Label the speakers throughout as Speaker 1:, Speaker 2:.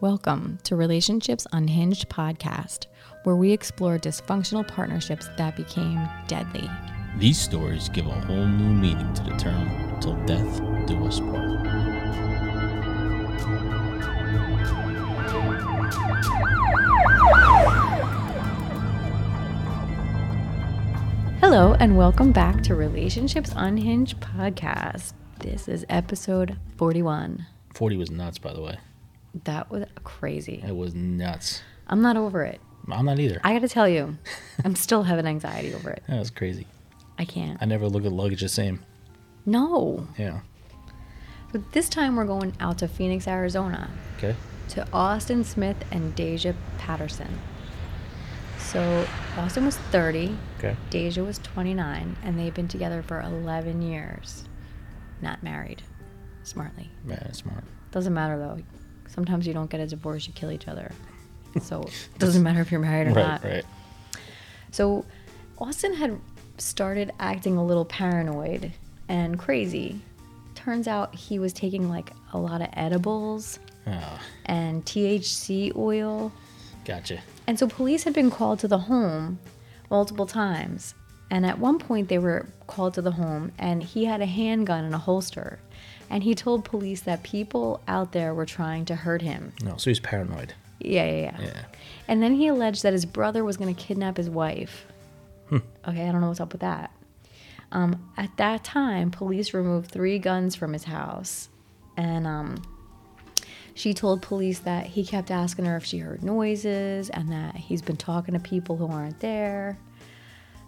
Speaker 1: Welcome to Relationships Unhinged podcast, where we explore dysfunctional partnerships that became deadly.
Speaker 2: These stories give a whole new meaning to the term till death do us part.
Speaker 1: Hello, and welcome back to Relationships Unhinged podcast. This is episode 41.
Speaker 2: 40 was nuts, by the way.
Speaker 1: That was crazy.
Speaker 2: It was nuts.
Speaker 1: I'm not over it.
Speaker 2: I'm not either.
Speaker 1: I gotta tell you, I'm still having anxiety over it.
Speaker 2: That was crazy.
Speaker 1: I can't.
Speaker 2: I never look at luggage the same.
Speaker 1: No.
Speaker 2: Yeah.
Speaker 1: But this time we're going out to Phoenix, Arizona.
Speaker 2: Okay.
Speaker 1: to Austin Smith and Deja Patterson. So Austin was 30,
Speaker 2: Okay.
Speaker 1: Deja was 29, and they've been together for 11 years, not married, smartly.
Speaker 2: Man, smart.
Speaker 1: Doesn't matter though. Sometimes you don't get a divorce, you kill each other. So it doesn't matter if you're married or
Speaker 2: Right,
Speaker 1: not.
Speaker 2: right.
Speaker 1: So Austin had started acting a little paranoid and crazy. Turns out he was taking like a lot of edibles
Speaker 2: Ah,
Speaker 1: and THC oil.
Speaker 2: gotcha.
Speaker 1: And so police had been called to the home multiple times. And at one point, they were called to the home, and he had a handgun in a holster. And he told police that people out there were trying to hurt him.
Speaker 2: No, so he's paranoid.
Speaker 1: Yeah, yeah, yeah.
Speaker 2: Yeah.
Speaker 1: And then he alleged that his brother was going to kidnap his wife. Okay, I don't know what's up with that. Um, at that time, police removed three guns from his house. And um, she told police that he kept asking her if she heard noises and that he's been talking to people who aren't there.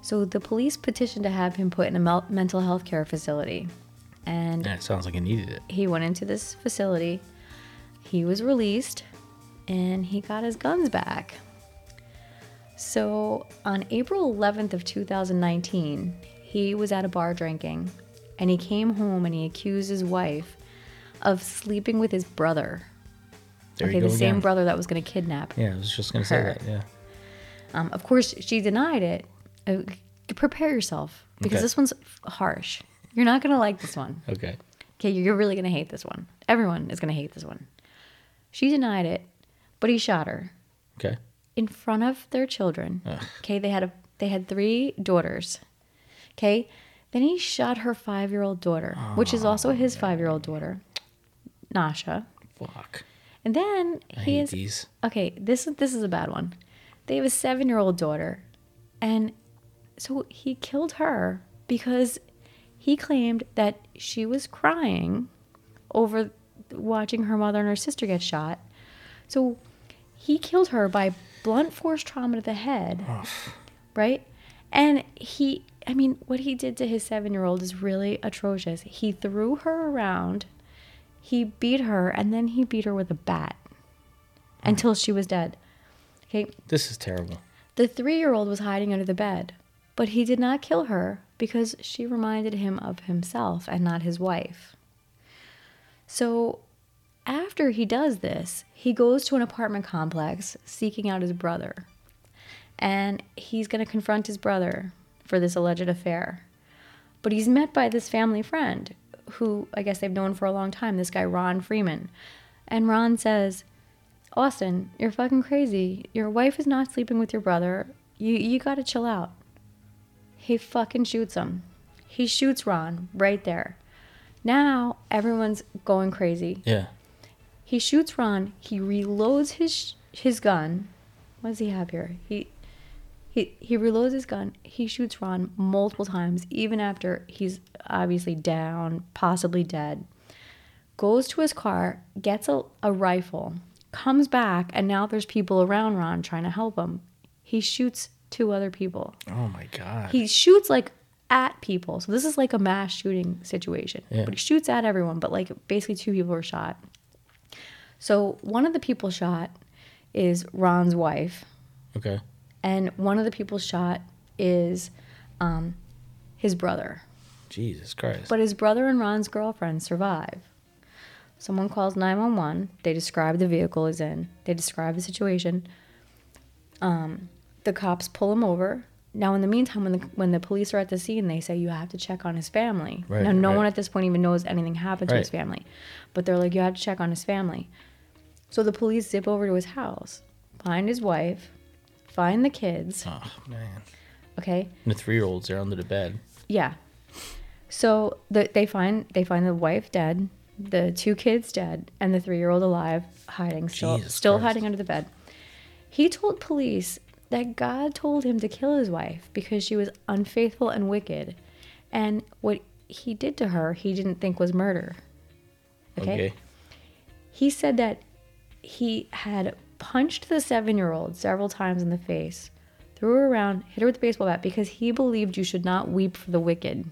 Speaker 1: So the police petitioned to have him put in a mel- mental health care facility. And
Speaker 2: Yeah, it sounds like he needed it.
Speaker 1: he went into this facility. He was released and he got his guns back. So on April 11th of 2019, he was at a bar drinking and he came home and he accused his wife of sleeping with his brother.
Speaker 2: There
Speaker 1: okay,
Speaker 2: you
Speaker 1: the
Speaker 2: go
Speaker 1: same
Speaker 2: again.
Speaker 1: brother that was going to kidnap.
Speaker 2: Yeah, I was just gonna say
Speaker 1: Her.
Speaker 2: that. Yeah.
Speaker 1: Um, of course, she denied it. Uh, prepare yourself because
Speaker 2: Okay.
Speaker 1: this one's harsh. You're not going to like this one.
Speaker 2: Okay.
Speaker 1: Okay, you're really gonna hate this one. Everyone is gonna hate this one. She denied it, but he shot her
Speaker 2: Okay.
Speaker 1: in front of their children. Okay, they had a they had three daughters. Okay, then he shot her five year old daughter, which
Speaker 2: Oh,
Speaker 1: is also his five year old daughter, Nasha.
Speaker 2: Fuck.
Speaker 1: And then
Speaker 2: I
Speaker 1: he
Speaker 2: hate
Speaker 1: is
Speaker 2: these.
Speaker 1: okay. This this is a bad one. They have a seven year old daughter, and so he killed her because he claimed that she was crying over watching her mother and her sister get shot. So he killed her by blunt force trauma to the head, right? And he, I mean, what he did to his seven year old is really atrocious. He threw her around, he beat her, and then he beat her with a bat until she was dead. Okay,
Speaker 2: This is terrible.
Speaker 1: the three year old was hiding under the bed, but he did not kill her because she reminded him of himself and not his wife. So, after he does this, he goes to an apartment complex seeking out his brother. And he's going to confront his brother for this alleged affair. But he's met by this family friend who I guess they've known for a long time, this guy, Ron Freeman. And Ron says, Austin, you're fucking crazy. Your wife is not sleeping with your brother. You you gotta chill out. He fucking shoots him. He shoots Ron right there. Now everyone's going crazy.
Speaker 2: Yeah.
Speaker 1: He shoots Ron. He reloads his his gun. What does he have here? He he he reloads his gun. He shoots Ron multiple times, even after he's obviously down, possibly dead. Goes to his car, gets a, a rifle, comes back, and now there's people around Ron trying to help him. He shoots two other people.
Speaker 2: Oh my god.
Speaker 1: He shoots like at people. So this is like a mass shooting situation.
Speaker 2: Yeah.
Speaker 1: But he shoots at everyone, but like basically two people were shot. So one of the people shot is Ron's wife,
Speaker 2: Okay.
Speaker 1: and one of the people shot is um, his brother.
Speaker 2: Jesus Christ.
Speaker 1: But his brother and Ron's girlfriend survive. Someone calls 911. They describe the vehicle he's in, they describe the situation. Um, the cops pull him over. Now, in the meantime, when the, when the police are at the scene, they say, You have to check on his family.
Speaker 2: Right,
Speaker 1: now, no
Speaker 2: right.
Speaker 1: one at this point even knows anything happened to his
Speaker 2: Right.
Speaker 1: family. But they're like, You have to check on his family. So the police zip over to his house, find his wife, find the kids.
Speaker 2: Oh, man.
Speaker 1: Okay.
Speaker 2: And the three year olds, they're under the bed.
Speaker 1: Yeah. So the, they find they find the wife dead, the two kids dead, and the three year old alive, hiding still
Speaker 2: Jesus
Speaker 1: still
Speaker 2: Christ.
Speaker 1: hiding under the bed. He told police that God told him to kill his wife because she was unfaithful and wicked, and what he did to her he didn't think was murder. okay.
Speaker 2: Okay.
Speaker 1: He said that he had punched the seven year old several times in the face, threw her around, hit her with a baseball bat because he believed you should not weep for the wicked.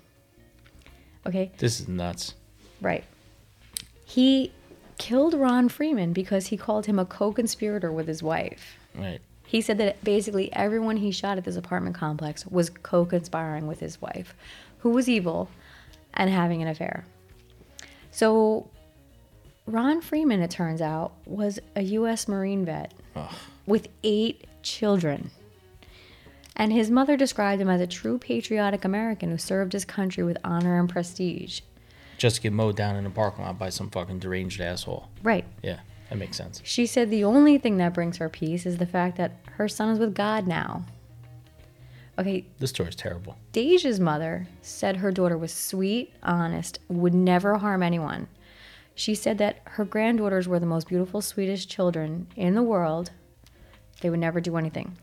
Speaker 1: Okay,
Speaker 2: This is nuts.
Speaker 1: right. He killed Ron Freeman because he called him a co conspirator with his wife.
Speaker 2: Right.
Speaker 1: He said that basically everyone he shot at this apartment complex was co conspiring with his wife, who was evil and having an affair. So, Ron Freeman, it turns out, was a U.S. Marine vet with eight children. And his mother described him as a true patriotic American who served his country with honor and prestige.
Speaker 2: Just to get mowed down in the parking lot by some fucking deranged asshole.
Speaker 1: Right.
Speaker 2: Yeah, that makes sense.
Speaker 1: She said the only thing that brings her peace is the fact that her son is with God now. Okay,
Speaker 2: This story's terrible.
Speaker 1: Deja's mother said her daughter was sweet, honest, would never harm anyone. She said that her granddaughters were the most beautiful, sweetest children in the world. They would never do anything.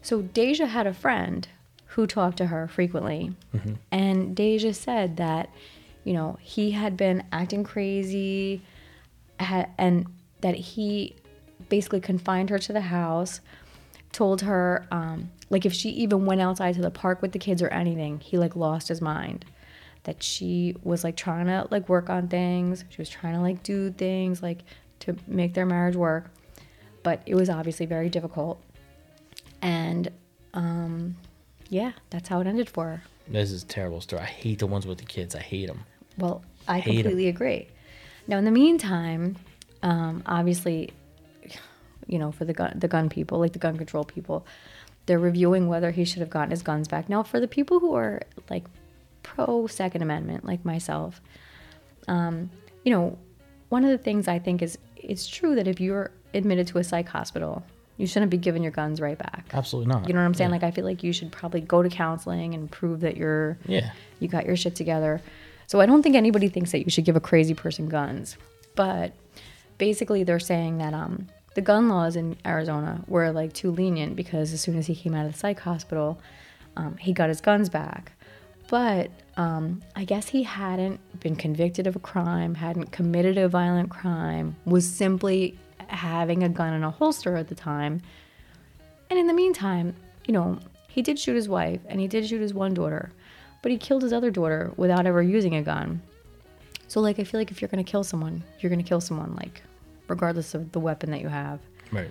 Speaker 1: So Deja had a friend who talked to her frequently. And Deja said that, you know, he had been acting crazy ha- and that he basically confined her to the house told her um, like if she even went outside to the park with the kids or anything he like lost his mind that she was like trying to like work on things she was trying to like do things like to make their marriage work but it was obviously very difficult and um yeah that's how it ended for her
Speaker 2: This is a terrible story. I hate the ones with the kids. I hate them.
Speaker 1: well, I
Speaker 2: Hate 'em.
Speaker 1: completely agree. Now, in the meantime, um, obviously, you know, for the gun, the gun people, like the gun control people, they're reviewing whether he should have gotten his guns back. Now, for the people who are like pro Second Amendment, like myself, um, you know, one of the things I think is it's true that if you're admitted to a psych hospital, you shouldn't be given your guns right back.
Speaker 2: Absolutely not.
Speaker 1: You know what I'm saying? Like, I feel like you should probably go to counseling and prove that you're
Speaker 2: Yeah.
Speaker 1: you got your shit together. So I don't think anybody thinks that you should give a crazy person guns. But basically, they're saying that um, the gun laws in Arizona were like too lenient because as soon as he came out of the psych hospital, um, he got his guns back. But um, I guess he hadn't been convicted of a crime, hadn't committed a violent crime, was simply having a gun in a holster at the time. And in the meantime, you know, he did shoot his wife and he did shoot his one daughter, but he killed his other daughter without ever using a gun. So, like, I feel like if you're gonna kill someone, you're gonna kill someone, like, regardless of the weapon that you have.
Speaker 2: Right.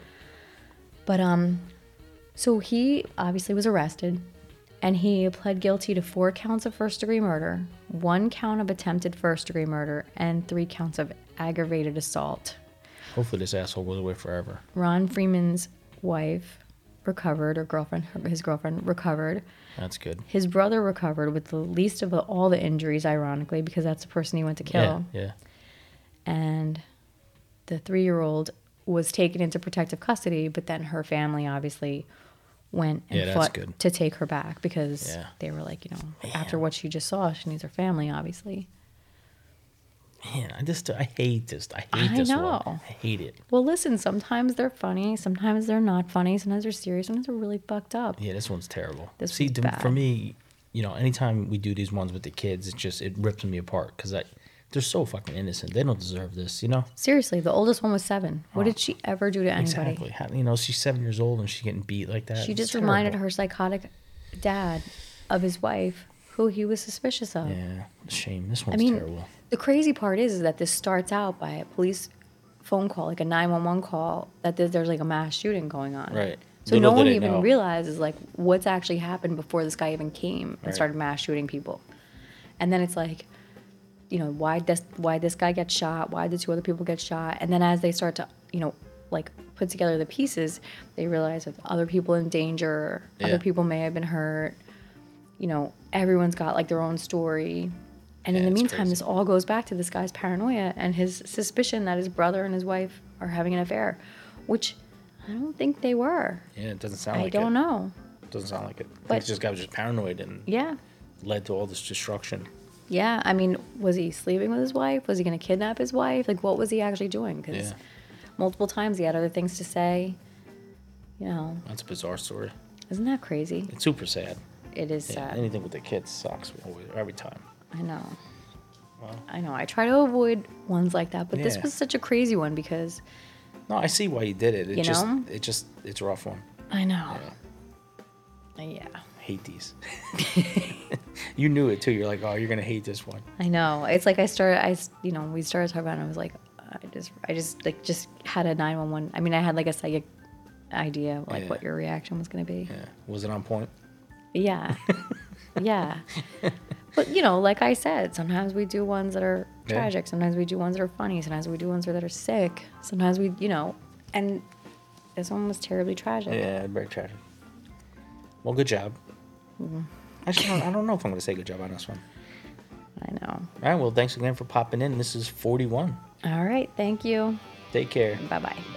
Speaker 1: But, um, so he obviously was arrested and he pled guilty to four counts of first degree murder, one count of attempted first degree murder, and three counts of aggravated assault.
Speaker 2: Hopefully this asshole goes away forever.
Speaker 1: Ron Freeman's wife recovered, or girlfriend, his girlfriend recovered.
Speaker 2: That's good.
Speaker 1: His brother recovered with the least of all the injuries, ironically, because that's the person he went to kill.
Speaker 2: Yeah. Yeah.
Speaker 1: And the three year old was taken into protective custody, but then her family obviously went and
Speaker 2: Yeah, that's
Speaker 1: fought
Speaker 2: good.
Speaker 1: to take her back because
Speaker 2: Yeah.
Speaker 1: they were like, you know, after what she just saw, she needs her family, obviously.
Speaker 2: Man, I just I hate this. I hate
Speaker 1: I
Speaker 2: this
Speaker 1: know.
Speaker 2: one. I hate it.
Speaker 1: Well, listen, sometimes they're funny, sometimes they're not funny, sometimes they're serious, sometimes they're really fucked up.
Speaker 2: Yeah, this one's terrible.
Speaker 1: This
Speaker 2: See,
Speaker 1: one's
Speaker 2: to- for
Speaker 1: bad.
Speaker 2: me, you know, anytime we do these ones with the kids, it just it rips me apart because I they're so fucking innocent. They don't deserve this. You know.
Speaker 1: Seriously, the oldest one was seven. What did she ever do to anybody?
Speaker 2: Exactly. How, you know, she's seven years old and she's getting beat like that.
Speaker 1: She
Speaker 2: It's
Speaker 1: just
Speaker 2: terrible.
Speaker 1: reminded her psychotic dad of his wife, who he was suspicious of.
Speaker 2: Yeah, shame. This
Speaker 1: I
Speaker 2: one's
Speaker 1: mean,
Speaker 2: terrible.
Speaker 1: the crazy part is, is that this starts out by a police phone call, like a 911 call, that there- there's like a mass shooting going on.
Speaker 2: Right.
Speaker 1: So
Speaker 2: Little
Speaker 1: no
Speaker 2: did
Speaker 1: one
Speaker 2: they
Speaker 1: even
Speaker 2: know.
Speaker 1: realizes like what's actually happened before this guy even came and
Speaker 2: Right.
Speaker 1: started mass shooting people. And then it's like, you know, why this why this guy gets shot, why the two other people get shot, and then as they start to, you know, like put together the pieces, they realize that other people in danger,
Speaker 2: Yeah.
Speaker 1: other people may have been hurt. You know, everyone's got like their own story, And in
Speaker 2: Yeah,
Speaker 1: the
Speaker 2: it's
Speaker 1: meantime,
Speaker 2: crazy.
Speaker 1: this all goes back to this guy's paranoia and his suspicion that his brother and his wife are having an affair, which I don't think they were.
Speaker 2: Yeah, it doesn't sound
Speaker 1: I
Speaker 2: like
Speaker 1: don't
Speaker 2: it.
Speaker 1: know.
Speaker 2: Doesn't sound like it. I
Speaker 1: But-
Speaker 2: think this guy was just paranoid and
Speaker 1: Yeah.
Speaker 2: led to all this destruction.
Speaker 1: Yeah. I mean, was he sleeping with his wife? Was he going to kidnap his wife? Like, what was he actually doing? Because
Speaker 2: Yeah,
Speaker 1: multiple times he had other things to say. You know,
Speaker 2: that's a bizarre story.
Speaker 1: isn't that crazy?
Speaker 2: It's super sad.
Speaker 1: It is
Speaker 2: Yeah,
Speaker 1: sad.
Speaker 2: anything with the kids sucks always, every time.
Speaker 1: I know. I know. I try to avoid ones like that, but this
Speaker 2: Yeah.
Speaker 1: was such a crazy one because
Speaker 2: No, I see why you did it. It
Speaker 1: You
Speaker 2: just,
Speaker 1: know?
Speaker 2: it just, it's rough one.
Speaker 1: I know.
Speaker 2: Yeah.
Speaker 1: yeah.
Speaker 2: I hate these. you knew it too. You're like, oh, you're gonna hate this one.
Speaker 1: I know. It's like I started. I s- you know we started talking about. it and I was like, I just I just like just had a nine one one. I mean, I had like a psychic idea like
Speaker 2: Yeah.
Speaker 1: what your reaction was going to be.
Speaker 2: Yeah. Was it on point?
Speaker 1: Yeah, yeah. But you know, like I said, sometimes we do ones that are
Speaker 2: Yeah.
Speaker 1: tragic. Sometimes we do ones that are funny. Sometimes we do ones that are sick. Sometimes we you know, and this one was terribly tragic.
Speaker 2: Oh, Yeah, very tragic. Well, good job. Actually, I don't, I don't know if I'm gonna say good job on this one.
Speaker 1: I know.
Speaker 2: All right. Well, thanks again for popping in. This is 41.
Speaker 1: All right. Thank you.
Speaker 2: Take care.
Speaker 1: Bye bye.